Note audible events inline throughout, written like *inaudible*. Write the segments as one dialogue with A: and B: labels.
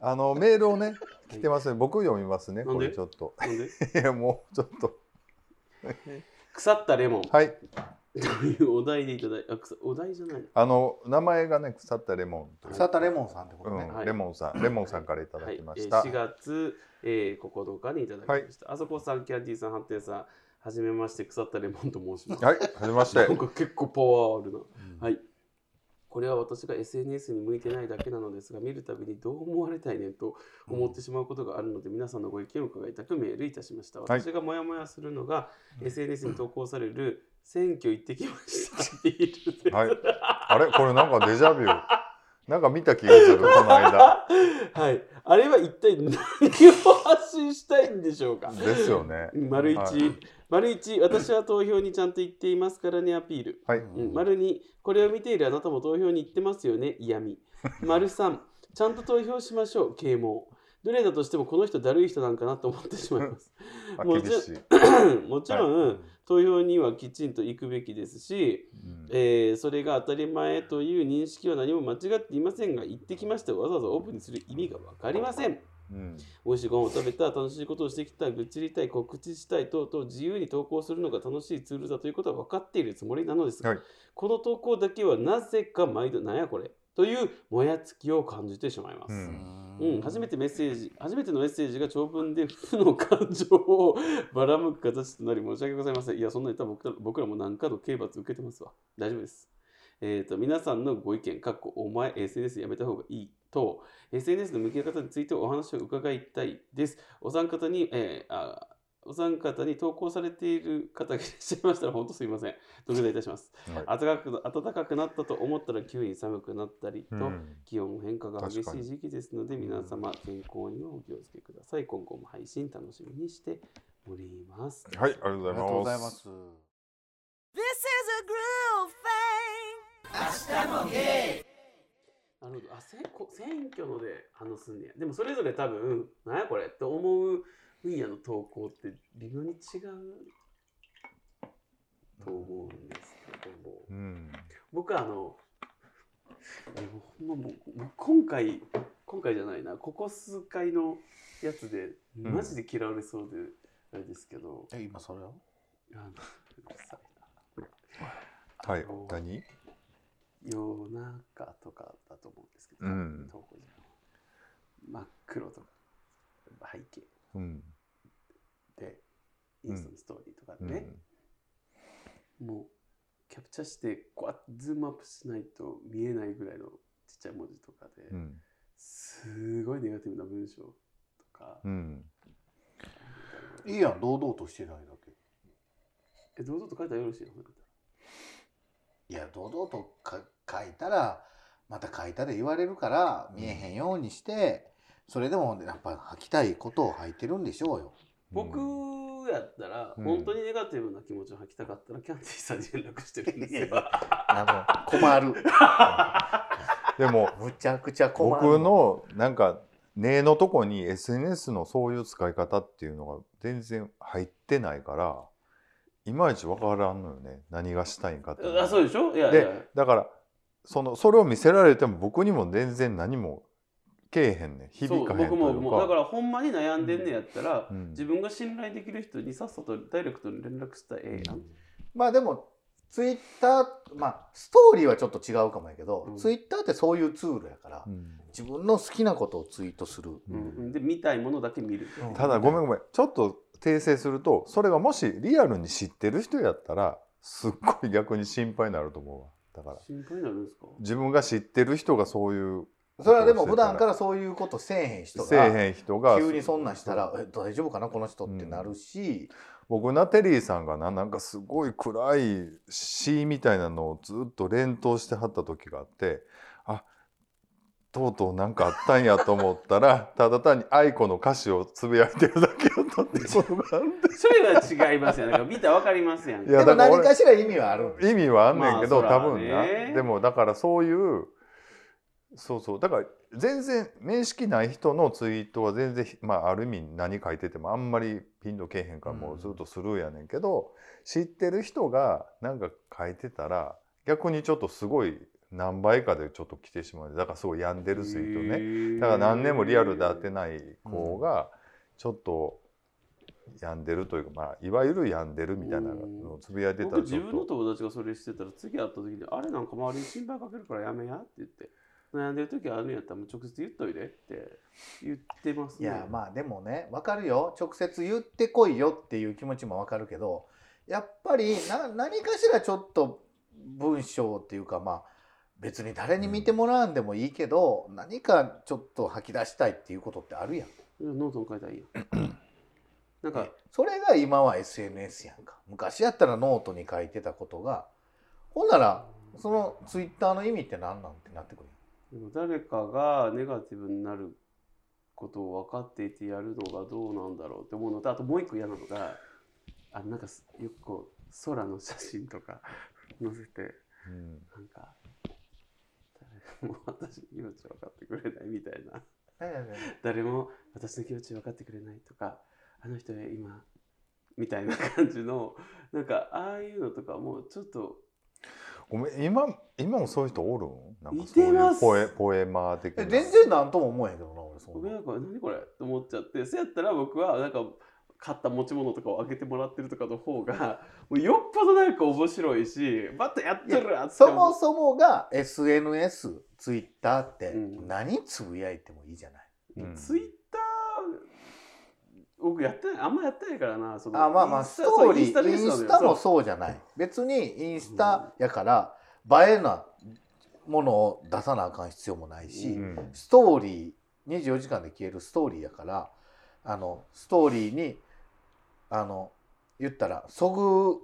A: あのメールをね来てますね僕読みますね
B: なん
A: こ
B: で
A: れちょっと *laughs*
B: なんで
A: いやもうちょっと
B: 腐ったレモン
A: はい
B: というお題でいただいあ腐お題じゃない
A: あの名前がね腐ったレモンという
C: サタレモンさんってこと
A: う
C: ね
A: ん、。
B: はい
A: レモン
B: *coughs*
A: さんレモンさんからいただ
B: はい
A: きまし
B: え
A: た、
B: ー4月、えー、9日にいただきました、あそこさんキャンディーさんハッテンさんはじめまして腐ったレモンと申します
A: はい、はじめまして
B: なん。か結構パワーあるな
C: うん
B: はいこれは私が SNS に向いてないだけなのですが見るたびにどう思われたいねと思ってしまうことがあるので、皆さんのご意見を伺いたくメールいたしました
A: はい
B: 私がモヤモヤするのが、SNS に投稿される「選挙行ってきました」っているです
A: はい。あれこれなんかデジャ
B: *laughs*
A: ビュー。なんか見た気がする、この間。
B: はい、あれは一体何を発信したいんでしょうか
A: ですよね。
B: 丸一、
A: はい
B: 丸一、私は投票にちゃんと行っていますからね、アピール。
A: はい。
B: うん丸二、これを見ているあなたも投票に行ってますよね、嫌味。丸三、ちゃんと投票しましょう、啓蒙。どれだとしてもこの人だるい人なんかなと思ってし
A: *laughs*
B: まいます。
A: あ
B: もう
A: 厳
B: じゃ
A: しい。
B: もちろん、投票にはきちんと行くべきですし、
A: うん
B: えーそれが当たり前という認識は何も間違っていませんが、行ってきましてわざわざオープンにする意味がわかりません。
A: うん。
B: 美味しいご飯を食べた、楽しいことをしてきた、愚痴りたい、告知したい等々自由に投稿するのが楽しいツールだということは分かっているつもりなのですが、
A: はい
B: この投稿だけはなぜか毎度、なんやこれというもやつきを感じてしまいます。
A: う
B: うん
A: ん
B: 初めてメッセージ初めてのメッセージが長文で負の感情をばらまく形となり申し訳ございません。いや、そんなに多分僕ら僕らも何かの刑罰受けてますわ。大丈夫です。えー、と皆さんのご意見、かっこお前 SNS やめた方がいいと、SNS の向き合い方についてお話を伺いたいです。お三方に、えーあお三方に投稿されている方がいらっしゃいましたら、本当すいません。独断いたします。
A: はい
B: 暖かく暖かくなったと思ったら急に寒くなったりと、
A: うん
B: 気温変化が激し
A: 確か
B: い
A: に
B: 時期ですので、皆様健康にはお気をつけください。今後も配信楽しみにしております。
A: はい、ありがとう
C: あ
A: ご
C: りがとうご
A: ざ
C: ざ
A: い
C: い
A: ま。
C: ますす。
D: This is a groove thing.
B: なるほど。あ、せんこ選挙ので話すんねや。でもそれぞれ多分、なんやこれって思う分野の投稿って微妙に違うと思うんですけども。
A: うん。
B: 僕はあの、えほんまもうもう今回、今回じゃないな、ここ数回のやつで、
A: うん
B: マジで嫌われそうで、あれですけど、
C: え、今それを
B: あの、うるさいな
A: はい
B: あの。
A: 何？
B: 夜中とかだと思うんですけど、
A: うん
B: 投稿時間真っ黒とか背景
A: うん。
B: でイ
A: うん
B: ンスタのストーリーとか
A: う
B: でね、
A: ん。
B: もうキャプチャーしてこうやってズームアップしないと見えないぐらいのちっちゃい文字とかで、
A: うん。
B: すごいネガティブな文章とか、
A: うん。
C: いいやん、堂々としてないだけ。
B: え堂々と書いたらよろしいの
C: いや、堂々とか書いたら、また書いたで言われるから、見えへんようにして、それでもやっぱ吐きたいことを吐いてるんでしょうよ。
B: 僕やったら、
A: うん
B: 本当にネガティブな気持ちを吐きたかったらキャンディーさんに連絡してるんですよ
C: い。あの困る。
A: でも
C: むちゃくちゃ困る。
A: 僕のなんかねのとこに SNS のそういう使い方っていうのが全然入ってないから、いまいちわからんのよね。何がしたいんかっていうのが。
B: あそうでしょいやい
A: で
B: や
A: だからそのそれを見せられても僕にも全然何もけえへんねん
B: そ
A: 響
B: う
A: かへんと
B: 僕
A: いうか
B: ももうだからほんまに悩んでんねやったら、
A: うん
B: 自分が信頼できる人にさっさとダイレクトに連絡したらええやん、
C: まあでもツイッターまあストーリーはちょっと違うかもやけど、
B: うん
C: ツイッターってそういうツールやから、
A: うん
C: 自分の好きなことをツイートする。
B: うんで見たいものだけ見る、 *laughs*
C: うん
A: ただごめんごめんちょっと訂正するとそれがもしリアルに知ってる人やったらすっごい逆に心配になると思うわだから
B: 心配になるんですか
A: 自分が知ってる人がそういう
C: それはでも普段からそういうことせえへん人
A: せえ
C: が
A: へん人が
C: 急にそんなんしたら「え大丈夫かなこの人」ってなるし、
A: 僕なテリーさんがななんかすごい暗い詩みたいなのをずっと連投してはった時があってあとうとうなんかあったんやと思ったらただ単に愛子の歌詞をつぶやいてるだけやったっていうことがあるんで
B: それは違いますやんだから見たらわかりますやん
A: いや
C: で
A: だ
C: も
A: から
C: 何
A: 俺
C: かしら意味はあるんです
A: 意味はあんねんけど、
B: まあ
A: 多
B: そ
A: 分
B: ら
A: な
B: ね
A: でもだからそういうそうそうだから全然面識ない人のツイートは全然、まあ、ある意味何書いててもあんまりピンとけえへんから
C: うん
A: もうずっとスルーやねんけど、知ってる人がなんか書いてたら逆にちょっとすごい何倍かでちょっと来てしまうだからすごい病んでる水とね
B: ね
A: だから何年もリアルで会ってない子がちょっと病んでるというか、まあ、いわゆる病んでるみたいなのをつぶやいてた
B: 僕
A: らち
B: 自
A: ょっ
B: 分の
A: と
B: 友達がそれしてたら次会った時に「あれなんか周りに心配かけるからやめや」って言って悩んでる時あるんやったらもう直接言っといでって言ってます
C: い
B: ね。
C: やまあでもね分かるよ直接言ってこいよっていう気持ちも分かるけどやっぱりな何かしらちょっと文章っていうかまあ別に誰に見てもらわんでもいいけど、何かちょっと吐き出したいっていうことってあるやん。
B: ノートに書いたらいいよ。なんか
C: それが今は SNS やんか昔やったらノートに書いてたことがほんならそのツイッターの意味って何なんてなってくる
B: でも誰かがネガティブになることを分かっていてやるのがどうなんだろうって思うのとあともう一個嫌なのがあなんかすよくこう空の写真とか *laughs* 載せて
A: うん
B: なんか誰も私の気持ち分かってくれないみたいな誰も私の気持ち分かってくれないとかあの人今みたいな感じのなんかああいうのとかもうちょっと
A: ごめん今今もそういう人おるんなんか
B: い
A: そう
B: て
A: い
B: ま
A: う
B: す
A: ポエポエマー的な
C: え全然何とも思えへんけどな俺そ
B: ご
C: ん
B: めん
C: な
B: なこれ何これと思っちゃってそうやったら僕はなんか買った持ち物とかをあげてもらってるとかの方
C: *laughs*
B: がもうよっぽどなんか面白いしバッとやっとるわって
C: そ
B: 思
C: も
B: う
C: そもが SNS ツイッターって
B: うん
C: 何つぶやいてもいいじゃない、
A: うん
B: ツイッター僕やってないあんまやってないからなその
C: あまあ
B: イ
C: まあ
B: ン
C: ス
B: タ
C: ト
B: そう
C: ーリーイ
B: イン
C: ンス
B: ス
C: タ
B: タ
C: も
B: もそう
C: そうじゃない別にインスタやから映えなものを出さなあかん必要もないし、
B: う
A: うん
C: ストーリー24時間で消えるストーリーやからあのストーリーにあの言ったらそぐ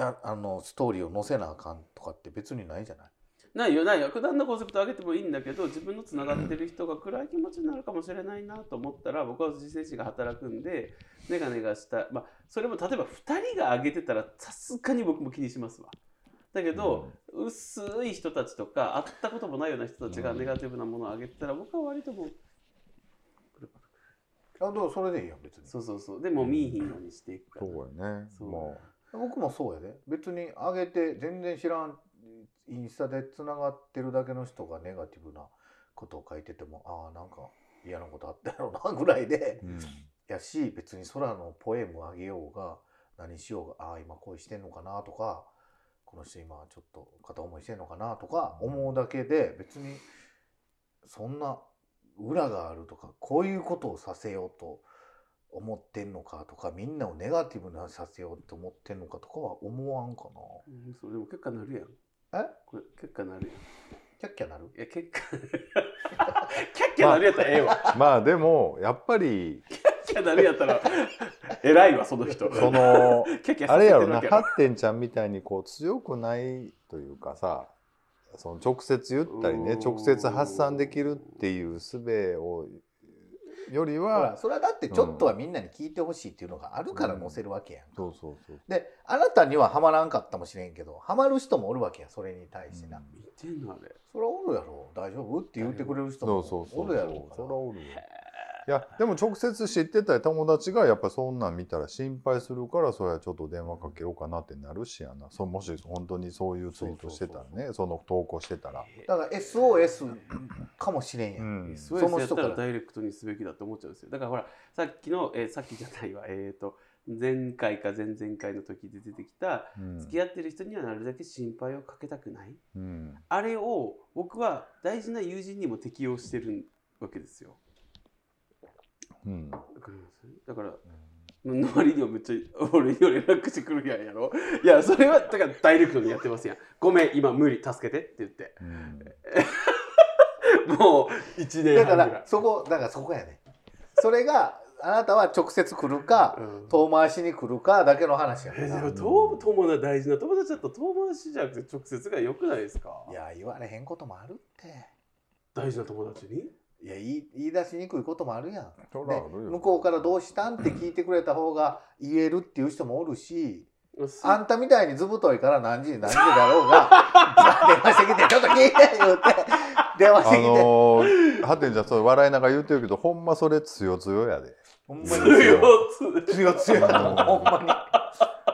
C: ああのストーリーを載せなあかんとかって別にないじゃない
B: ないよないよ普段のコンセプト上げてもいいんだけど自分のつながってる人が暗い気持ちになるかもしれないなと思ったら僕は自制心が働くんでネガネガした、まあ、それも例えば2人が上げてたらさすがに僕も気にしますわ。だけど、薄い人たちとか会ったこともないような人たちがネガティブなものを上げてたら僕は割ともう
C: あでもそれでいいやん別に
B: そうそうそうでもう見いひんようにしていくから。
A: そうやね
B: そう
A: も
C: 僕もそうやで別に上げて全然知らんインスタでつながってるだけの人がネガティブなことを書いててもああなんか嫌なことあったやろなぐらいで
A: う、うん
C: やし別に空のポエムをあげようが何しようがああ今恋してんのかなとかこの人今ちょっと片思いしてんのかなとか思うだけで別にそんな裏があるとかこういうことをさせようと思ってんのかとかみんなをネガティブなさせようと思ってんのかとかは思わんか
B: うんそうでも結果なるやん。
C: な。え
B: これ結果なるやん。
C: キャッキャなる
B: いや結 *laughs* 果キャッキャなるやったらええわ。
A: まあでもやっぱり
B: キャッキャなるやった *laughs* ら偉いわその *laughs* 人。
A: その
B: キャッキャさ
A: あ
B: せ
A: れ
B: て
A: や
B: る
A: ろな
B: わけ
A: ハッテンちゃんみたいにこう強くないというかさその直接言ったり
B: う
A: ね
B: ん
A: 直接発散できるっていう術をより
C: ほら
A: は
C: それはだってちょっとはみんなに聞いてほしいっていうのがあるから載せるわけやんか。
A: そうそうそう
C: であなたにはハマらんかったもしれんけどハマる人もおるわけやそれに対してな、
A: うん
B: 見てんのあれ。
C: それはおるやろ大丈夫って言ってくれる人
A: そ
C: も
A: うそうそう
C: おるやろう
A: そ
C: から
A: おるよいやでも直接知ってたり友達がやっぱそんなん見たら心配するからそれはちょっと電話かけようかなってなるしやなそうもし本当にそういうツイートしてたらねその投稿してたら、
C: だから SOS かもしれんや、、
A: うんん、
B: そういう
C: その
B: やった
C: 人から
B: らダイレクトにすべきだと思っちゃうんですよだからほらさっきの、えーさっきじゃないわえっ、と前回か前々回の時で出てきた
A: うん
B: 付き合ってる人にはなるだけ心配をかけたくない
A: うん
B: あれを僕は大事な友人にも適用してるわけですよ
A: うん
B: わかりますだから周りにもめっちゃ俺に連絡してくるやんやろいやそれはだからダイレクトにやってますやんごめん今無理助けてって言って
A: うん
B: もう1年半
C: だか
B: ぐら
C: ら
B: い
C: そこだからそこやねそれがあなたは直接来るか
B: うん
C: 遠回しに来るかだけの話やか
B: えで
C: ら
B: も友友達大事な友達だったら遠回しじゃなくて直接が良くないですか
C: いや言われへんこともあるって
B: 大事な友達に
C: いや言い言い出しにくいこともあるやん
A: そら
C: で
A: あるよ
C: 向こうから「どうしたん?」って聞いてくれた方が言えるっていう人もおるし
B: そ
C: あんたみたいにずぶといから何時に何時だろうが *laughs* 電話してきてちょっと聞いて言うて電話し
A: あ
C: てきて、
A: のー、ハテンちゃんそう笑いながら言うてるけどほんまそれ強強やで
C: ほんま
B: 強
C: に
B: つ
C: 強強やなほんまに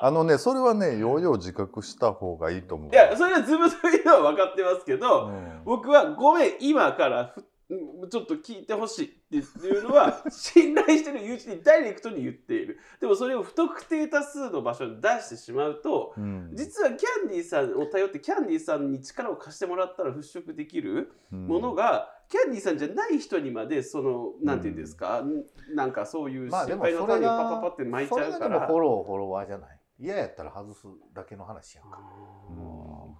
A: あのねそれはねようよう自覚した方がいいと思う。
B: いやそれはズブズブいうのは分かってますけど、
A: うん
B: 僕はごめん今からふうんちょっと聞いてほしいっていうのは信頼してる友人にダイレクトに言っているでもそれを不特定多数の場所に出してしまうと
A: うん
B: 実はキャンディーさんを頼ってキャンディーさんに力を貸してもらったら払拭できるものが、キャンディーさんじゃない人にまでそのなんていうんですか、なんかそういう
C: まあで
B: 失
C: もそ
B: 敗
C: れ
B: の
C: が
B: 種をパパパって巻いちゃう
C: そ
B: か
C: れがでも
B: ら
C: フォ。ローフォロワーじゃない嫌やったら外すだけの話やんか
B: うん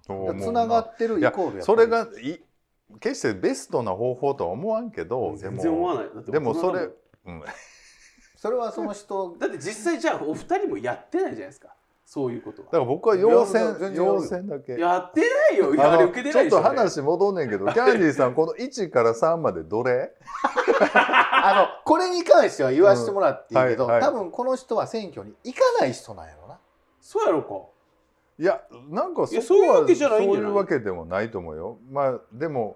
A: と思うな
C: つながってるイコールやっぱり
A: それがい決してベストな方法とは思わんけどで
B: 全然思わ
A: も
B: ないだって
A: でも
B: 大人だん
A: それうん
C: それはその人
B: だって実際じゃあお二人もやってないじゃないですかそういうこと
A: だ
B: は
A: から僕は要
C: いや全
A: 線
C: 然やるよ
A: 要線だけ。
B: やってないよいや
A: あ
B: あ
A: の
B: れ受けてないでし
A: ちょ
B: ょ
A: っと話戻んねん
B: *laughs*
A: けど、キャンディーさん、この1から3までどれ
C: *laughs* あのこれに関しては言わせてもらっていいけど、
A: うんはいはい
C: 多分この人は選挙に行かない人なんやろな
B: そうやろか
A: いや、なんかそ
B: いやそうい
A: こ
B: うわ
A: は
B: けじゃないん
A: そう
B: じゃない
A: いうわけでもないと思うよ。まあ、でも、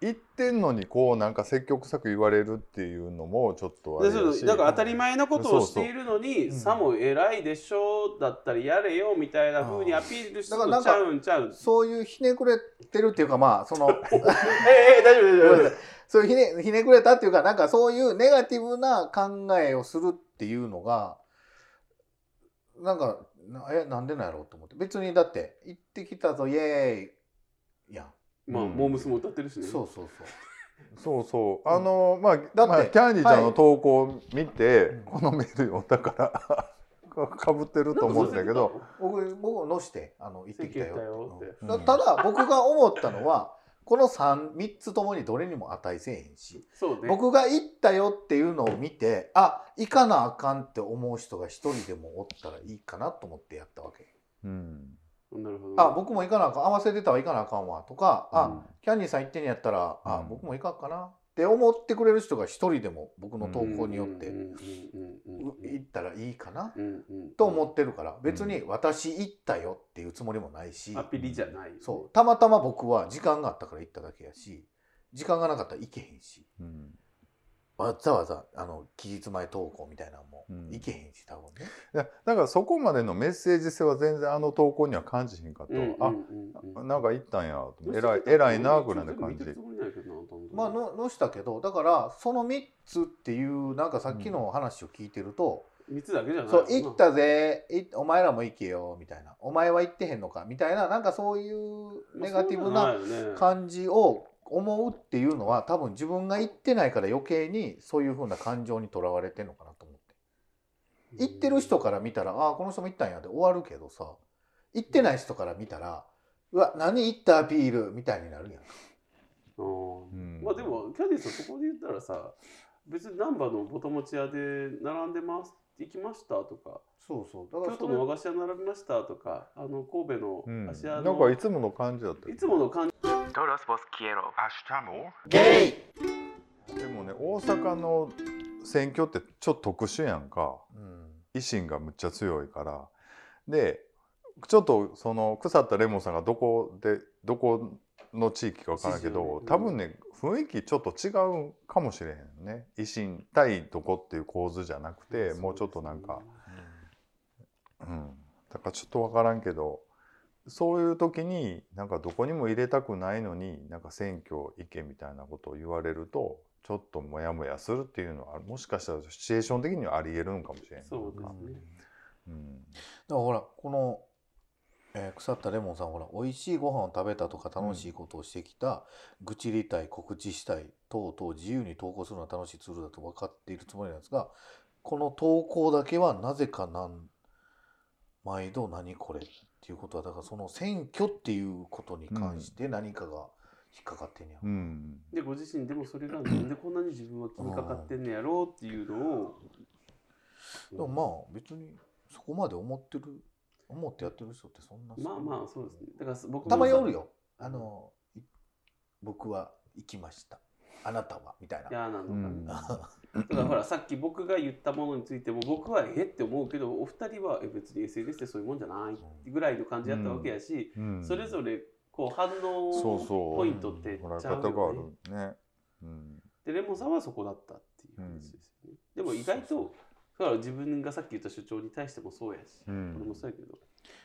A: 言ってんのに、こう、なんか積極臭く言われるっていうのも、ちょっとあれ
B: で
A: や
B: そう
A: し。
B: なんか当たり前のこと
A: そう
B: を
A: そう
B: しているのに
C: うん
B: さも偉いでしょだったりやれよみたいな風にアピールする
C: だか
B: と
C: らなん
B: ち
C: か
B: ゃうんちゃうん
C: そういうひねくれてるっていうかまあその
B: ええ大丈夫
C: ごめんなさいそういうひねひねくれたっていうかなんかそういうネガティブな考えをするっていうのがなんかなえなんでなんやろうと思って別にだって行ってきたぞイエーイやん
B: まあ
A: うん
B: モームスも歌ってるしね
C: そうそうそう
A: そうそう。あの、まあ、
C: て
A: まあキャンディーちゃん
C: は
A: の
C: い
A: 投稿を見て、
C: うん
A: このメール読んだから、 *laughs* かぶってると思うんだけど、
C: 僕僕のしてあの行ってきたよ
B: 行って
A: た
B: き
A: よって
C: うんただ僕が思ったのはこの 3, 3つともにどれにも値せえへんし
B: そうね
C: 僕が行ったよっていうのを見てあ行かなあかんって思う人が一人でもおったらいいかなと思ってやったわけ
A: うん。
B: なるほど
C: あ僕も行かなあかん合わせてたら行かなあかんわとかあ、
A: うん
C: キャンディーさん行ってんやったらあ、
A: うん
C: 僕も行かんかなって思ってくれる人が一人でも僕の投稿によって
B: うんうんうんうん
C: う行ったらいいかな
B: うんうんうん
C: と思ってるから別に私行ったよっていうつもりもないし、
B: アピリじゃないよね
C: そうたまたま僕は時間があったから行っただけやし時間がなかったら行けへんし
A: うん
C: わざわざあの期日前投稿みたいなのも
A: うん
C: 行けへんし多分ね、
A: いやだからそこまでのメッセージ性は全然あの投稿には感じひんかったわ、
B: うんうんうん
A: あ
B: うん
A: なんか言ったんやと思って偉い偉いなぐらいな感じ
B: 見てるつもりないけどな本当に
C: まあののしたけどだからその3つっていうなんかさっきの話を聞いてると
B: 三つだけじゃ
C: 「
B: ない
C: そう行ったぜいお前らも行けよ」みたいな「お前は行ってへんのか」みたいななんかそういうネガティブな感じを思うっていうのは多分自分が行ってないから余計にそういう風な感情にとらわれてんのかなと思って。行ってる人から見たら「ああこの人も行ったんや」で終わるけどさ行ってない人から見たら「うわ何行ったアピール」みたいになるやん。
A: う
B: うんんまあでもキャディーさんそこで言ったらさ別に難波のぼたもち屋で並んでます行きましたとか
C: そうそうだ
B: 京都の和菓子屋並びましたとかあの神戸
A: う
B: の
A: ん、
B: 芦屋
A: なんか
B: の
A: いつもの感じだったよ
B: いつもの感じ
C: ゲイ、
A: でもね大阪の選挙ってちょっと特殊やんか
C: うん、
A: 維新がむっちゃ強いからでちょっとその腐ったレモンさんがどこでどこの地域かわからんけ
B: 一時は
A: ど
B: ね
A: 多分ね雰囲気ちょっと違うかもしれへんね維新対どこっていう構図じゃなくてもうちょっとなんか。うん、だからちょっと分からんけどそういう時になんかどこにも入れたくないのになんか選挙行けみたいなことを言われるとちょっとモヤモヤするっていうのはもしかしたらシチュエーション的にはありえるんかもしれんない
B: そうですね
A: うん
C: だからほらこの、えー腐ったレモンさんほら美味しいご飯を食べたとか楽しいことをしてきた、愚痴りたい告知したい等々自由に投稿するのは楽しいツールだと分かっているつもりなんですがこの投稿だけはなぜかなん毎度何これっていうことはだからその選挙っていうことに関して何かが引っかかってんねや。
A: うん
B: でご自身でもそれがなんでこんなに自分は気にかかってんねやろうっていうのを
C: でもまあ別にそこまで思ってる思ってやってる人ってそんな
B: まあまあそうですねだから僕も
C: たまにおる
B: よ
C: よ。あの、い僕は行きました。あなたはみたいな。
B: 嫌なのかな、
A: うん
B: だからほらさっき僕が言ったものについても僕はえって思うけどお二人はえ別に SNS ってそういうもんじゃないぐらいの感じだったわけやし、
A: うん
B: *laughs* それぞれこう反
A: そう
B: 応
A: そう
B: ポイントって
A: 捉え
B: ちゃうよ
A: 方があ
B: ね
A: るね。うん
B: でレモンさんはそこだったっていう話ですよね、でも意外とだから自分がさっき言った主張に対してもそうやし、
A: う
B: 俺も
A: ん
B: そうやけど、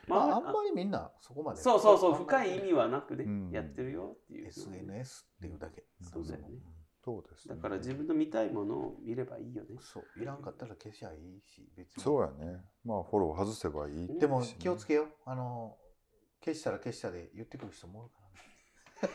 C: まあ、あん
B: あ
C: まりみんなそこまで。
B: そうそうそう深い意味はなくね、
A: うん
B: やってるよっていう
C: SNS っていうだけ。
B: そうだよね
A: そうです
B: だ
A: ね
B: から自分の見たいものを見ればいいよね
C: そういらんかったら消しゃいいし別に
A: そうやねまあフォロー外せばいいって
C: でも
A: しね
C: 気をつけよあの消したら消したで言ってくる人もおるから、ね、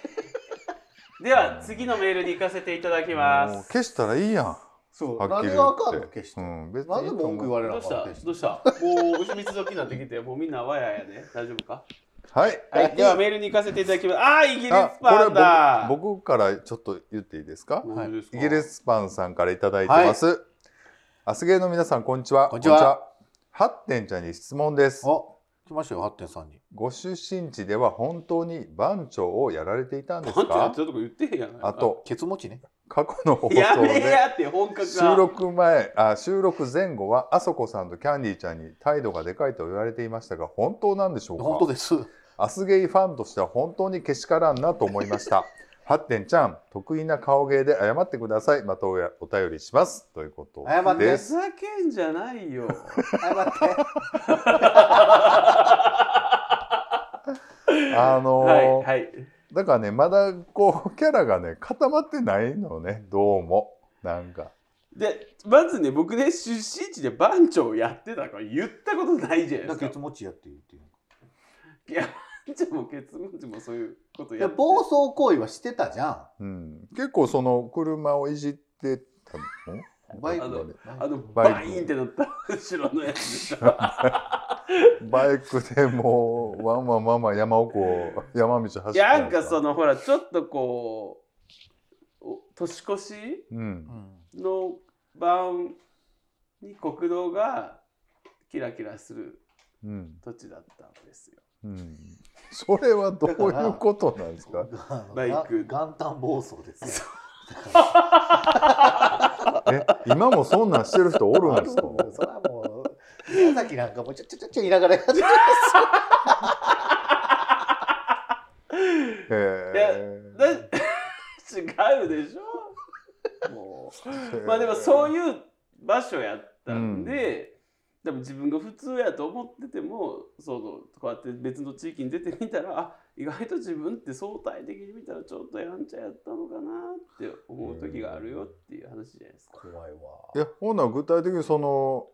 B: では次のメールに行かせていただき
A: もう
B: ます
A: 消したらいいやん
C: そう
A: はっきり
C: 何
A: 言
C: があ
A: っ
C: かんの
A: て
C: 消して、
A: うん別に
C: なんで文句言われな
B: ど
C: あ
B: うし
C: か
B: た
C: んの
B: どうしたもう牛蜜時になってきてもうみんなわややで、大丈夫か
A: はい
B: はいではメールに行かせていただきますあーイギリスパンだ
A: あこれ僕僕からちょっと言っていいですか
B: 何ですか
A: イギリスパンさんからいただいてます、アスゲーの皆さんこんにちは
C: こんにちは
A: ハッテンちゃんに質問です
C: お来ましたよ8.3に
A: ご出身地では本当に番長をやられていたんです
B: パンチや
A: か
B: ってたとこ言ってへんやん
A: あと
C: ケツ持ちね
A: 過去の放送
B: やめ
A: で
B: やって本格
A: 収
B: が
A: 録前あ収録前後はあそこさんとキャンディーちゃんに態度がでかいと言われていましたが本当なんでしょうか
C: 本当です
A: アスゲイファンとしては本当にけしからんなと思いました。 *laughs* ハッテンちゃん、得意な顔芸で謝ってください。またおやお便りします。ということ
C: 謝って
A: で
B: ふ
A: す。
B: ざけんじゃないよ
C: 謝って
A: *laughs* あのー
B: はいはい
A: だからね、まだこう、キャラがね、固まってないのね、どうも。なんか。
B: でまずね僕ね出身地で番長をやってたから言ったことないじゃないで
C: だ
B: す
C: ケ
B: か
C: ツ持ちやって言ってい
B: いやじゃあもう結論でもそういうことや
C: や
B: って
C: 暴走行為はしてたじゃ
A: うん、結構その車をいじってたの
C: んバイク
B: あ
C: で
B: のあ
C: あ
B: の
A: バイク
B: バインってなった後ろのやつでしょ
A: バイクでもう、わんわんわんわん山奥を、山道走って
B: いやなんかそのほらちょっとこうお年越し
A: うん
C: う。ん
B: の晩に国道がキラキラする
A: うん。
B: 土地だったんですよ
A: うん。それはどういうことなんですか
B: バイク
C: が元旦暴走ですよ
A: え、今もそんなんしてる人おるんですか
C: あるんだよそれはもう宮崎なんかもうちょちょちょちょ言いながらやって
A: へえ。
B: だ *laughs* 違うでしょもうまあでもそう
A: う。
B: いう場所やったんで、でも自分が普通やと思っててもそのこうやって別の地域に出てみたらあ意外と自分って相対的に見たらちょっとやんちゃやったのかなって思う時があるよっていう話じゃないですか。
C: 怖いわ
A: いや、ほんなら具体的にその。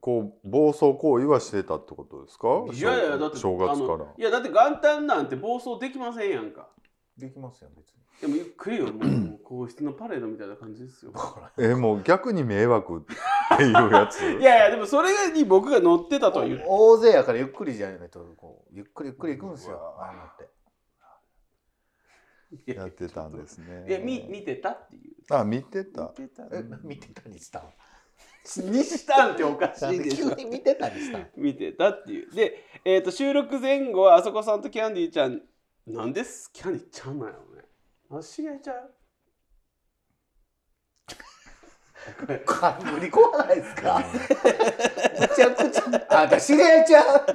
A: こう暴走行為はしてたってことですか。
B: いやいやだって
A: 正
B: あ
A: 月か
B: の
A: ら。
B: いやだって元旦なんて暴走できませんやんか。
C: できますよ別に
B: でもゆっくりよもうもう皇室のパレードみたいな感じですよ。
A: え、もう逆に迷惑っていうや
B: *laughs*
A: つ。
B: いやいやでもそれに僕が乗ってたとは言って
C: 大勢やからゆっくりじゃないとこうゆっくりゆっくり行くんですよ
A: うわ
C: あのって
A: やってたんですね。
B: いや見見てたっていう。
A: あ、見てた。
B: 見てた
C: え見てたにしたん
B: にしたんっておかし
C: なん
B: い
C: で
B: でし
C: 急
B: ょ
C: に見てたにしたん
B: 見てたっていうで、えー、と収録前後はあそこさんとキャンディーちゃんなんですキャンディーちゃんなんやろねあ知り合いちゃう
C: 冠怖ないですかめちゃくちゃあんた知り合いちゃう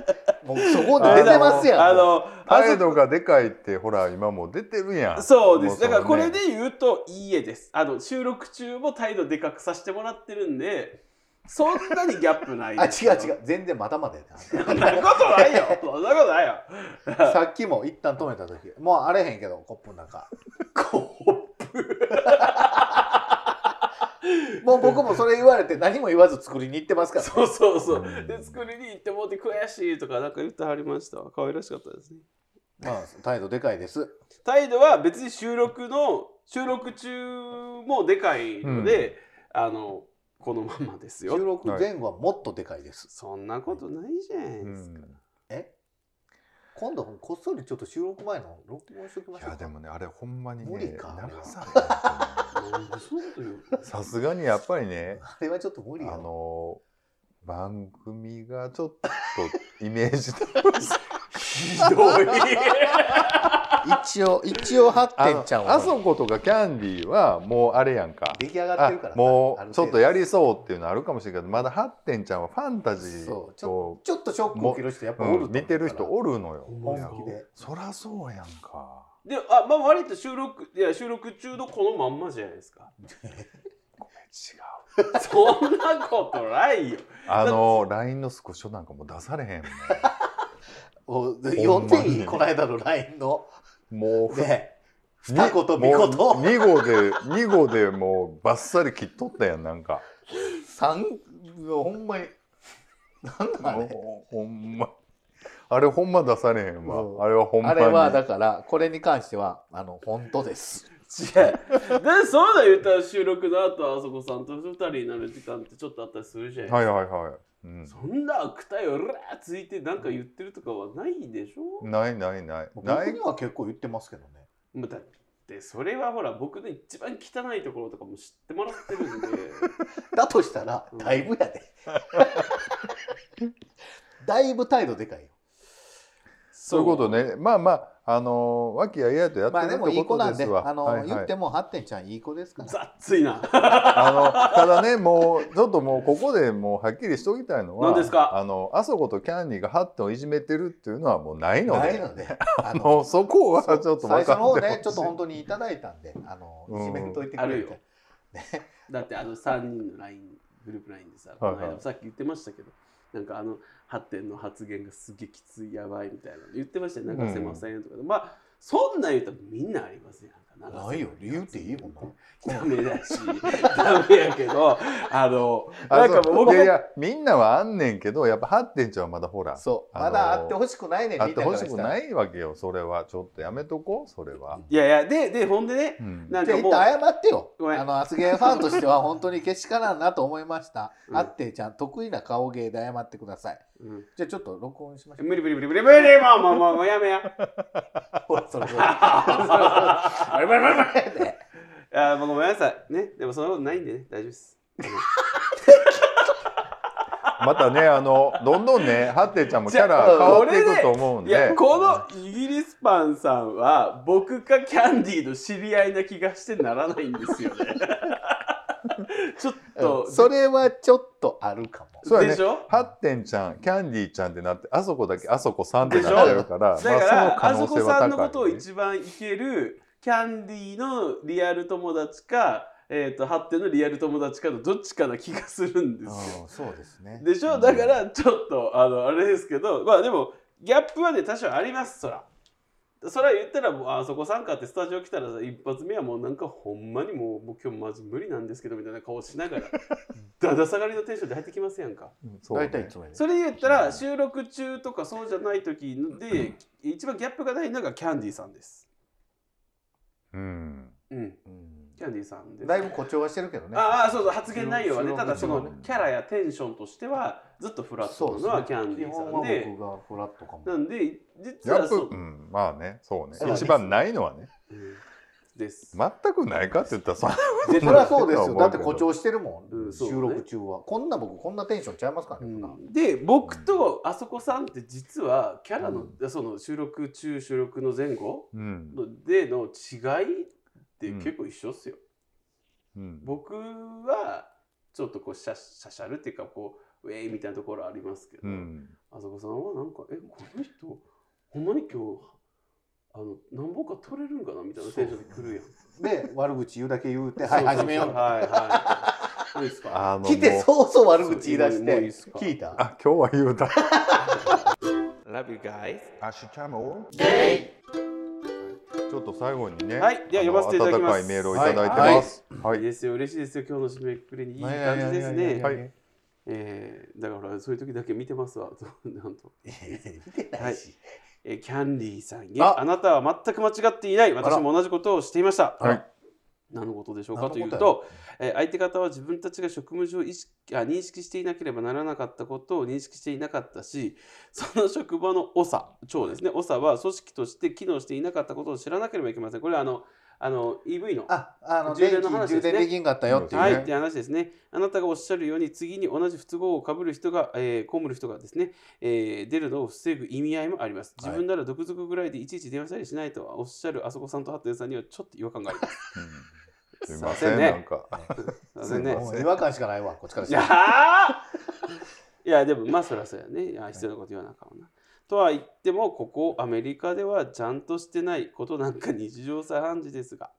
C: もうそこで出てますやん
B: あのあ
A: 態
B: そ
A: 度がでかいって、ほら、今もう出てるやん。
B: そうで
A: も
B: す
A: その
B: だ
A: ね
B: からこれで。言うといいえですあの収録中も態度でかくさせてもらってるんでそんなにギャップない
C: あ
B: です
C: 違う違う全然まだまだやな
B: そんなことないよ
C: *laughs*
B: そんなことないよ
C: さっきも一旦止めた時もうあれへんけどコップの中
B: こ
C: もう僕もそれ言われて何も言わず作りに行ってます
B: う
C: から
B: そうそうそうで作りに行ってもうて悔しいとかなんか言ってはりましたわ可愛らしかったですね
C: まあ態度でかいです
B: 態度は別に収録の収録中もでかいので、あのこのままです
C: 収
B: よ
C: 録前後はもっとでかいです
B: そんなことないじゃないですか、
C: え今度こっそりちょっと収録前の録音しときま
A: い
C: しょう
A: や、でもね、あれ、ほんまに
C: 無理
A: ね。
C: か
A: 長さやなと思う
B: なんでそんなこと言うの
A: さすがにやっぱりね。
C: あれはちょっと無理や
A: あ
C: ろ
A: の番組がちょっとイメージと
B: ひどい
C: 一応一応発
A: あ
C: 展
A: の
C: ちゃん
A: あそことかキャンディーはもうあれやんか
C: 出来上がってるから
A: あ
C: さ
A: も
C: ある
A: うちょ
C: 程度
A: っとやりそうっていうのあるかもしれんけどまだハッテンちゃんはファンタジ
C: そうち
A: ー
C: ょ
A: を
C: ちょっとショックを受ける人やっぱおると思
A: う
C: うん
A: 見てる人おるの
B: ほんまや
A: よ。
C: 本気で
A: そらそうやんか。
B: であまあ割と収録いや収録中のこのまんまじゃないですか
A: 違
B: そんなことないよ。
A: あの LINE のスクショなんかもう出されへん
C: *laughs*
A: ほ
C: お読ん
A: んま
C: で
A: に
C: いいこの間の LINE の。
A: もんもうふ
C: ね二
A: に
C: 言三
A: もう
C: 言
A: 2号で2号でもうバッサリ切っとったやんなんか
C: 三ほんまになんだあれ
A: ほほんまあれほんま出されへんわ、
C: うん
A: あれはほんま
C: あ
A: に
C: れはだからこれに関してはあの本当です
B: 違う。だってそうだ言ったら収録の後あそこさんと二人になる時間ってちょっとあったりするじゃん。
A: はいはいはい、うん、
B: そんな悪態をうらーついてなんか言ってるとかはないでしょ、
A: ないないない
C: 僕
A: ない
C: には結構言ってますけどね
B: まあだってそれはほら僕の一番汚いところとかも知ってもらってる
C: *laughs*
B: んで
C: だとしたら
B: うん
C: だいぶやでだいぶ態度でかいよ
A: そういうことねまあまああのー和気あいあいとやって
C: ま
A: る
C: あ
A: っ
C: で
A: て
C: もいい子
A: こ
C: な
A: と
C: ん
A: で
C: です
A: わ
C: あの、
A: はいはい
C: 言ってもハッテンちゃんいい子ですから
B: ざっつい
C: *laughs*
B: な
A: あのただねもうちょっともうここでもうはっきりしておきたいのは
B: 何ですか
A: あのあそことキャンディーがハットンをいじめてるっていうのはもうないので
C: ないの
A: *laughs*
C: であ
A: もうそこはちょっと
C: 最
A: 分
C: 初の
A: かって
C: 方ねちょ
A: ほ
C: っと
A: しい
C: 本当にいただいたんであの
A: うん
C: 締めんといてく
B: あ
C: れ
B: る
C: て
B: よだってあの3人の LINE グループ LINE でさこ
A: はい
B: の
A: はい
B: 間もさっき言ってましたけど、なんかあの発展の発言がすげえきついやばいみたいなの言ってましたよ流せませんとか、まあそんなん言ったらみんなありますよなんか
C: ないよ理由っていいもんな
B: ダメだしダメやけどあのなんか
A: あそう
B: もう僕
A: いやいやみんなはあんねんけどやっぱハッテンちゃんはまだほら
C: そう
A: あの
C: まだ会ってほしくないねみた
A: あ
C: い
A: っ
C: な
A: てほしくないいわけよそれはちょっとやめとこうそれは、
B: いやいやででほんでね
A: うん
B: なん
C: じゃ
B: か
C: あ一
B: もう
C: 旦謝ってよ
B: ごめん
C: あの厚芸ファンとしては本当にけしからんなと思いました
B: うん
C: あってちゃん得意な顔芸で謝ってください
B: うん
C: じゃあちょっと録音しましょう
B: 無理無理無理無理無理もうもうもうもう
A: *laughs*
B: やめや
C: ほらそれそれ
B: あれ
C: で
B: もうごめんなさいねでもそんなことないんでね大丈夫です
A: またねあのどんどんねハッテンちゃんもキャラ
B: じゃあ
A: 変わっていくと思うん
B: い
A: で
B: やこのイギリスパンさんは僕かキャンディーの知り合いな気がしてならないんで
A: *laughs*
B: すよねちょっと
C: うんそれはちょっとあるかも
A: そうやね
B: でしょ
A: ハッテンちゃんキャンディーちゃんってなってあそこだけあそこさんってなっちゃうから
B: だから、
A: ま
B: あ、そ
A: の可能
B: こ
A: 性は
B: さ
A: 高い
B: んのことを一番いけるキャンディーのリアル友達か、えー、とハッテのリアル友達かのどっちかな気がするんですよ。
C: うんそうですね
B: でしょだからちょっとあのあれですけどまあでもギャップはね多少ありますそら。そら言ったらもうあそこさんかってスタジオ来たらさ一発目はもうなんかほんまにもうもう今日マジ無理なんですけどみたいな顔し
C: *laughs*
B: ながらだだ下がりのテンションで入ってきますやんか。
A: うんそうね
C: 大体いつもやね
B: それ言ったら収録中とかそうじゃない時で一番ギャップがないのがキャンディーさんです。
A: うん
B: うん、
C: うん
B: キャンディーさんです。
C: だいぶ誇張はしてるけどね
B: ああそうそう発言内容はね
C: 収
B: た
C: 録
B: だそ
A: 収
B: の
A: 録
B: キャラやテンションとしてはずっとフラットなのはキャンディーさん
C: 基
B: で
C: 本は僕がフラットかも
B: なんで実
A: や
B: は
A: っぱ、
B: そうう、
A: ん、まあねそうね
B: そうです
A: 一番ないのはね
B: うんです。
A: 全くないかって言ったらそんな
B: *laughs*
C: そりゃそうですよだって誇張
A: し
C: してるもん、
B: うんそうね
C: 収録中はこんな僕こんなテンションちゃいますから
B: う
C: ね、普段
B: んで僕とあそこさんって実はキャラの、その収録中収録の前後
A: うん、
B: のでの違いって結構一緒っすよ。
A: うん、
B: 僕はちょっとこうシャシャシャルっていうかこうウェイみたいなところありますけど、
A: うん
B: あそこさんはなんかえこの人ほんまに今日あの何本か取れるんかなみたいなテンションで来るやん。
C: で悪口言うだけ言うて「
B: そうそ
C: はいう始めよう」
B: はいはい。いいですか。
A: あの
C: 来て
A: もう
C: そうそう悪口言い出し
B: もういいってすか
C: 聞いた
A: あ今日は言うた
B: Love you guys。
A: ちょっと最後にね
B: はいでは読ませていただきます
A: あの温かいメールをいただいてますはい
B: いいですよ嬉しいですよ今日の締めくくりにいい
C: いや
B: 感
C: いや
B: じ
C: い
B: で
C: や
B: す
C: いやいや *laughs*
B: ね。
A: はい
B: えーだからそういう時だけ見てますわ。 *laughs* なんと。
C: 見てないし、
B: えーキャンディーさんへ
C: あ
B: あなたは全く間違っていない
C: ら
B: 私も同じことをしていました、
A: あら
B: 何のことでしょうか
C: 何の
B: という
C: ことや
B: と、えー相手方は自分たちが職務上意識あ認識していなければならなかったことを認識していなかったしその職場の長長ですね長は組織として機能していなかったことを知らなければいけませんこれはあのあの EV の
C: ああの
B: 充
C: 電
B: 電
C: 気
B: の話ですね
C: 充電できんかったよっていう
B: は
C: ね、
B: い、って話ですね。あなたがおっしゃるように、次に同じ不都合をかぶる人が、えー、被る人がですね、えー出るのを防ぐ意味合いもあります。
C: はい
B: 自分なら独属ぐらいでいちいち電話したりしないとはおっしゃるあそこさんとハッテンさんにはちょっと違和感があります。
A: うんすいませんなんか
B: すいませんね
A: すいま
C: もう違和感しかないわこっちからし
B: い
C: た
B: や
C: ら
B: ーいやでもまあそりゃそうやねいや必要なこと言わなあかんわな。とは言ってもここアメリカではちゃんとしてないことなんか日常茶飯事ですが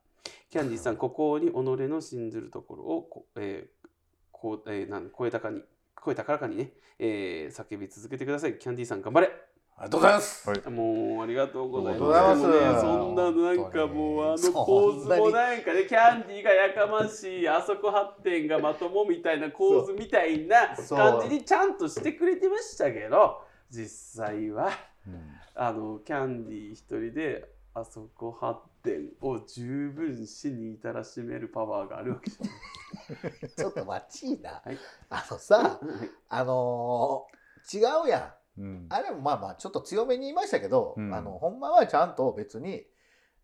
B: キャンディーさんここに己の信ずるところをこ、えーこう、えーなん声高に、声高らかにね、えー叫び続けてください。キャンディーさん頑張れ
C: ありがとうございます。
A: はい
B: もうありがとうござい
A: あ
B: ま
A: り
B: す。
A: がとうご
B: でも
A: ざい
B: ね
A: ます
B: そんななんかもうあ
C: そ
B: の
C: んなに
B: 構図もなんかねキャンディーがやかましいあそこ発展がまともみたいな構図みたいな
C: そう
B: 感じにちゃんとしてくれてましたけど実際は
A: うん
B: あのキャンディー一人であそこ発展を十分死に至らしめるパワーがあるわけじゃ
C: ちょっとマッチいな
B: はい。
C: あのさ、
B: ない
C: あのー違うやん。
A: うん
C: あれもまあまあちょっと強めに言いましたけど、
A: うん
C: あのほんまはちゃんと別に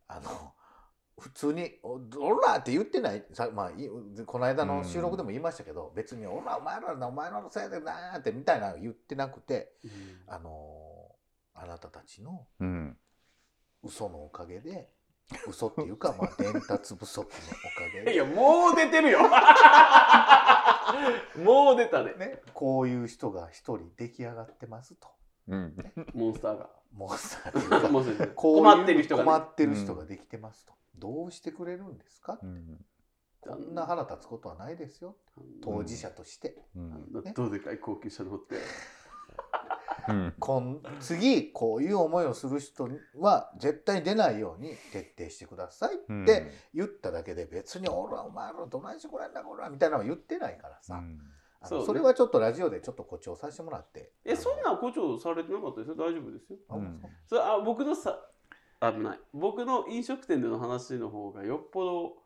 C: あの普通に「おおら!」って言ってないさ、まあ、いこの間の収録でも言いましたけど、別に「おらお前らなお前らのせいでな」ってみたいなの言ってなくてあのあなたたちの
A: うん
C: 嘘のおかげで嘘っていうかまあ伝達不足のおか
B: う
C: げ
B: んい
C: で、
B: やもう出てるよもう出たね
C: ね、こういう人が一人出来上がってますと。
A: うん
B: モンスターが。
C: もうさっていうか
B: もうそうです
C: こうい
B: *laughs*
C: う
B: 困ってる人
C: 困
B: が、ね、
C: ってる人ができてますと、どうしてくれるんですか、
A: うん
C: こんな腹立つことはないですよ当事者として、
A: うん
B: あんなどうでかい高級車乗って
A: うん
C: こん次こういう思いをする人は絶対出ないように徹底してください
A: うん
C: って言っただけで別に「おらお前らどないしてくれんだこら」みたいなのは言ってないから
A: う
C: さ、
A: ん
C: あの
B: そ
C: そう
B: ね
C: れはちょっとラジオでちょっと誇張させてもらって
B: えそんなん誇張されてなかったですよ大丈夫ですよ
C: あ
A: うん
B: それあ僕のさ危ない僕の飲食店での話の方がよっぽど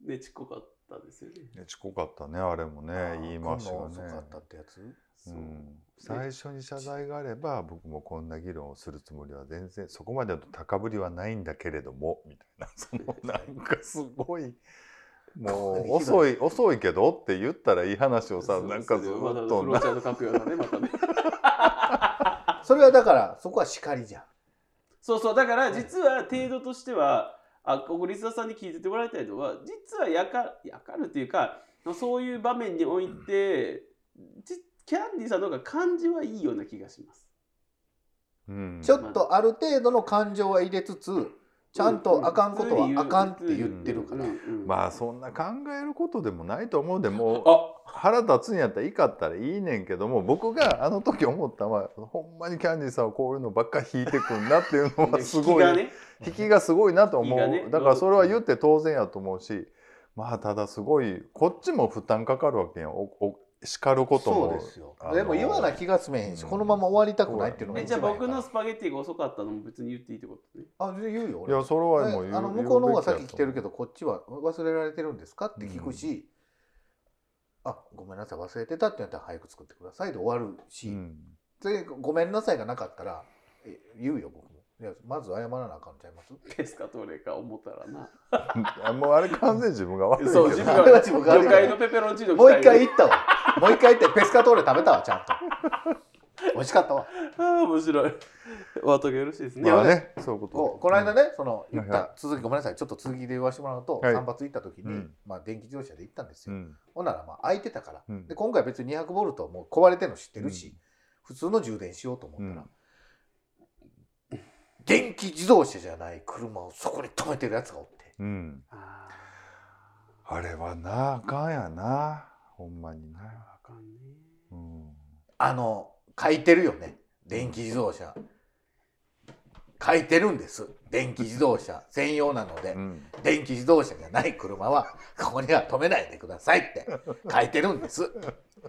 B: ねちっこかったですよね
A: ねちっこかったねあれもね言い回し
C: 今度
A: が
C: 遅かった
A: ね
C: ってやつ
A: う
B: そうん
A: 最初に謝罪があれば僕もこんな議論をするつもりは全然そこまでの高ぶりはないんだけれどもみたいな *laughs* そのなんかすごい *laughs* もう遅い遅いけどって言ったらいい話をさ
B: そう
A: なんかずっ
B: まだ
A: と
B: フロー
A: な
B: チャード書くようなねま *laughs* たね
C: それはだからそこは叱りじゃん
B: そうそうだから実は程度としてはあここリスナーさんに聞いててもらいたいのは実はやかやかるっていうかそういう場面において、じキャンディーさんの方が感じはいいような気がします。
A: うん
C: ちょっとある程度の感情は入れつつちゃんとあかんことはあかんって言ってるから
B: うんうん
A: まあそんな考えることでもないと思うでもう *laughs*
B: あ
A: 腹立つんやったら怒ったらいいねんけども僕があの時思ったのはほんまにキャンディーさんはこういうのばっか引いてくんなって *laughs* いうのはすごい
B: 引きがね
A: 引きがすごいなと思う、
B: 引きがね
A: だからそれは言って当然やと思うしまあただすごいこっちも負担かかるわけやんおお叱ること
C: そう
A: も
C: ですよ
A: あの
C: でも言わな気が済めへんし、
A: うん
C: このまま終わりたくないっていうのが
B: え
C: 一
B: じゃあ
C: 番やか
B: 僕
C: ら
B: のスパゲッティが遅かったのも別に言っていいってことね。
C: あ全然言うよ
A: い
C: 俺
A: やそれはもう
C: え
A: 言う
C: あの向こうの方が
A: 言うべきやと
C: 先来て
A: 思う
C: るけどこっちは忘れられてるんですかって聞くし、あごめんなさい忘れてたって言ったら早く作ってくださいで終わるし、
A: うん *laughs*
C: でごめんなさいがなかったらえ言うよ僕もいやまず謝らなあかんちゃいます
B: ペスカトレか思ったらな。
A: あもうあれ完全に自分が悪いけど
B: *laughs* そう自分が
C: あれは自分が悪い
B: 魚介のペペロンチーノ
C: もう一
B: 来たよ
C: 回行ったわもう一回行ってペスカトーレ食べたわちゃんと美味しかったわ
B: ああ面白い。お後がよろしいですね。
A: まあねそういうこと
C: ここの間ね、その言っ
A: はいは
C: た続きごめんなさいちょっと続きで言わせてもらうと、
A: はい
C: 散髪行った時に、
A: うん
C: まあ、電気自動車で行ったんです
A: う
C: よ、
A: ん
C: ほんならまあ空いてたから、
A: うん
C: で今回別に200ボルトもう壊れてるの知ってるし、
A: うん
C: 普通の充電しようと思ったら、
A: うん
C: 電気自動車じゃない車をそこに止めてるやつがおって
A: うん
B: あ
A: あれはなあかんやなほんまに
B: ー
A: な、
B: あかんね。
A: うん、
C: あの書いてるよね電気自動車書いてるんです電気自動車専用なので、
A: うん
C: 電気自動車じゃない車はここには止めないでくださいって書いてるんです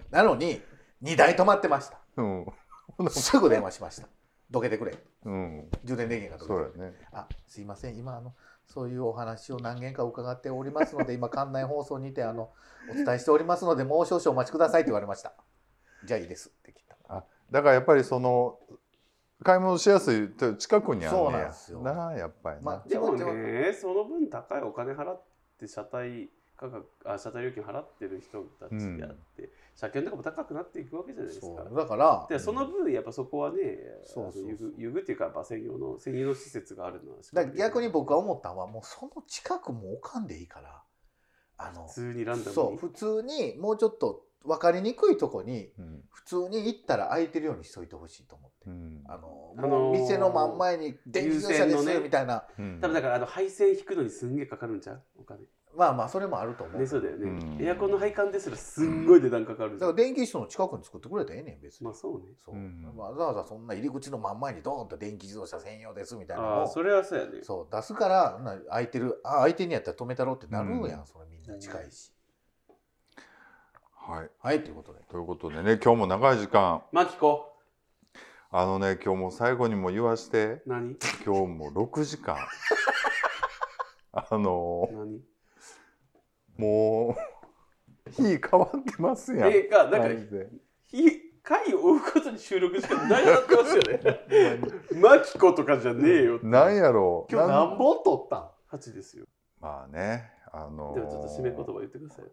C: なのに2台止まってました
A: うん *laughs*
C: すぐ電話しましたどけてくれ
A: うん、
C: 充電できへんからどけて
A: そ
C: く
A: う
C: れ
A: やね
C: あすいません今あのそういうお話を何件か伺っております
A: *laughs*
C: ので今館内放送にてあのお伝えしておりますのでもう少々お待ちくださいって言われましたじゃあいいですって切った
A: だからやっぱりその買い物しやすいと近くにあるねや
C: そうなんですよ
A: なあやっぱりな、
C: まあ
B: でもねその分高いお金払って車体価格あ車体料金払ってる人たちであって、車検とかも高くなっていくわけじゃないですか
C: そう。だから
B: でその分やっぱそこはね、
C: そうそうそ
B: あ
C: う
B: のゆぐゆぐっていうかやっぱ専用の専用の施設があるのは仕方
C: だ
B: ない
C: から逆に僕は思ったのはもうその近くもう置かんでいいからあの
B: 普通にランダムに
C: そう普通にもうちょっと分かりにくいとこに
A: うん
C: 普通に行ったら空いてるようにしといてほしいと思って、
A: うん
C: あの
B: あのー
C: もう店の真ん前に電気自動車で
B: 優先の
C: す
B: ね
C: みたいな、
A: うん
B: 多分だからあの配線引くのにすんげえかかるんちゃうお金
C: まあまあそれもあると思う
B: ね、そうだよね、
A: うん
B: エアコンの配管ですらすんごい値段かかる
C: だ
B: じ
C: か
B: ゃん、
C: ら電気室の近くに作ってくれたらええねん別に、
B: まあそうね
C: そう
A: うん
C: わざわざそんな入り口の真ん前にドーンと電気自動車専用ですみたいな
B: あ
C: の
B: あ
C: を
B: それはそうやね
C: そう出すからな空いてるあ空いてんねやったら止めたろってなるやん、
A: うん
C: それみんな近いし、
A: はい。
C: はいということで
A: ということでね今日も長い時間
B: マキコ
A: あのね今日も最後にも言わして
B: 何
A: 今日も6時間あの
B: 何
A: もう火変わってますやん。
B: ええかだから
A: マジで
B: 日回を追うことに収録しかないなってますよ
C: *laughs*
B: ねマキコとかじゃねえよ
A: なんやろう
C: 今日
A: なん
C: 何本撮ったん
B: 8ですよ
A: まあねあの
B: でもちょっと締め言葉言ってください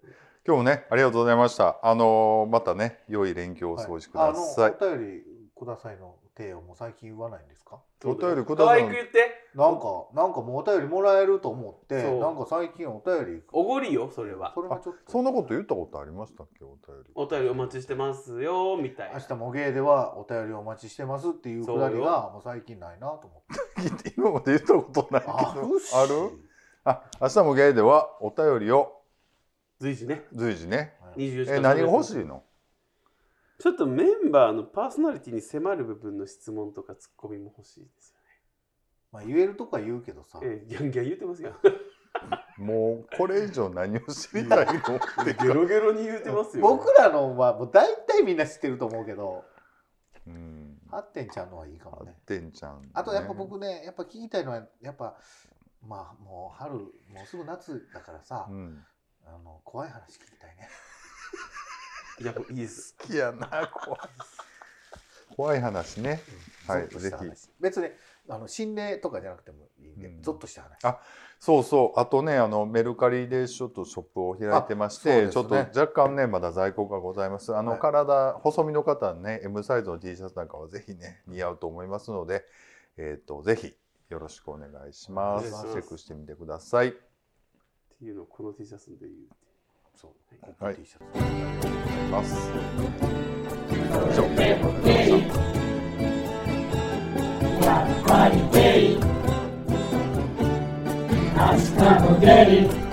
A: 今日もねありがとうございましたあのまたね良い連休をお過ごしください、
C: あのお便りくださいの手をもう最近言わないんですか
A: お便りくだ
B: 可
A: さ
B: 愛
A: い
B: く言って
C: なんかなんかもうお便りもらえると思って
B: そう
C: なんか最近お便り
B: おごりよそれは
C: それはちょっと
A: そんなこと言ったことありましたっけお便り
B: お便りお待ちしてますよみたい
C: 明
B: な
C: 日もゲーではお便りお待ちしてますっていうくだりがもう最近ないなと思って
A: 今まで言ったことないけど
C: し
A: あるあ明日もゲイではお便りを
B: 随時ね
A: 随時ね
B: 24時間
A: え何が欲しいの
B: ちょっとメンバーのパーソナリティに迫る部分の質問とかツッコミも欲しいです
C: まあ言えるとか言うけどさ
B: よね。ええギャンギャン言ってますよ。
A: もうこれ以上何を知りたいのって
B: ゲロゲロに言ってますよ。
C: 僕らのはもう大体みんな知ってると思うけど
A: うん
C: あってんちゃんのはいいかも
A: あ
C: ね
A: ってんちゃん、ね、
C: あとやっぱ僕ねやっぱ聞きたいのはやっぱまあもう春もうすぐ夏だからさ、
A: うん
C: あの怖い話聞きたいね
B: いや、もういいです。
A: 好きやな怖い怖い話ねはい
C: ゾッとした話
A: ぜ
C: 別にあの心霊とかじゃなくてもいいんで、
A: うん
C: ゾッとした話
A: あそうそうあとねあのメルカリでちょっとショップを開いてまし
C: あそう
A: て、
C: です
A: ちょっと
C: ね
A: 若干ねまだ在庫がございますあの、
C: はい
A: 体細身の方のね M サイズの T シャツなんかはぜひね似合うと思いますのでえっ、とぜひよろしくお願いします
B: お願いします
A: チェックしてみてください
B: っていうのをこの T シャツで言うっていう。
C: そう
B: はい
C: ここ T シャツ
A: ます以上
E: パリデイ明日もデイ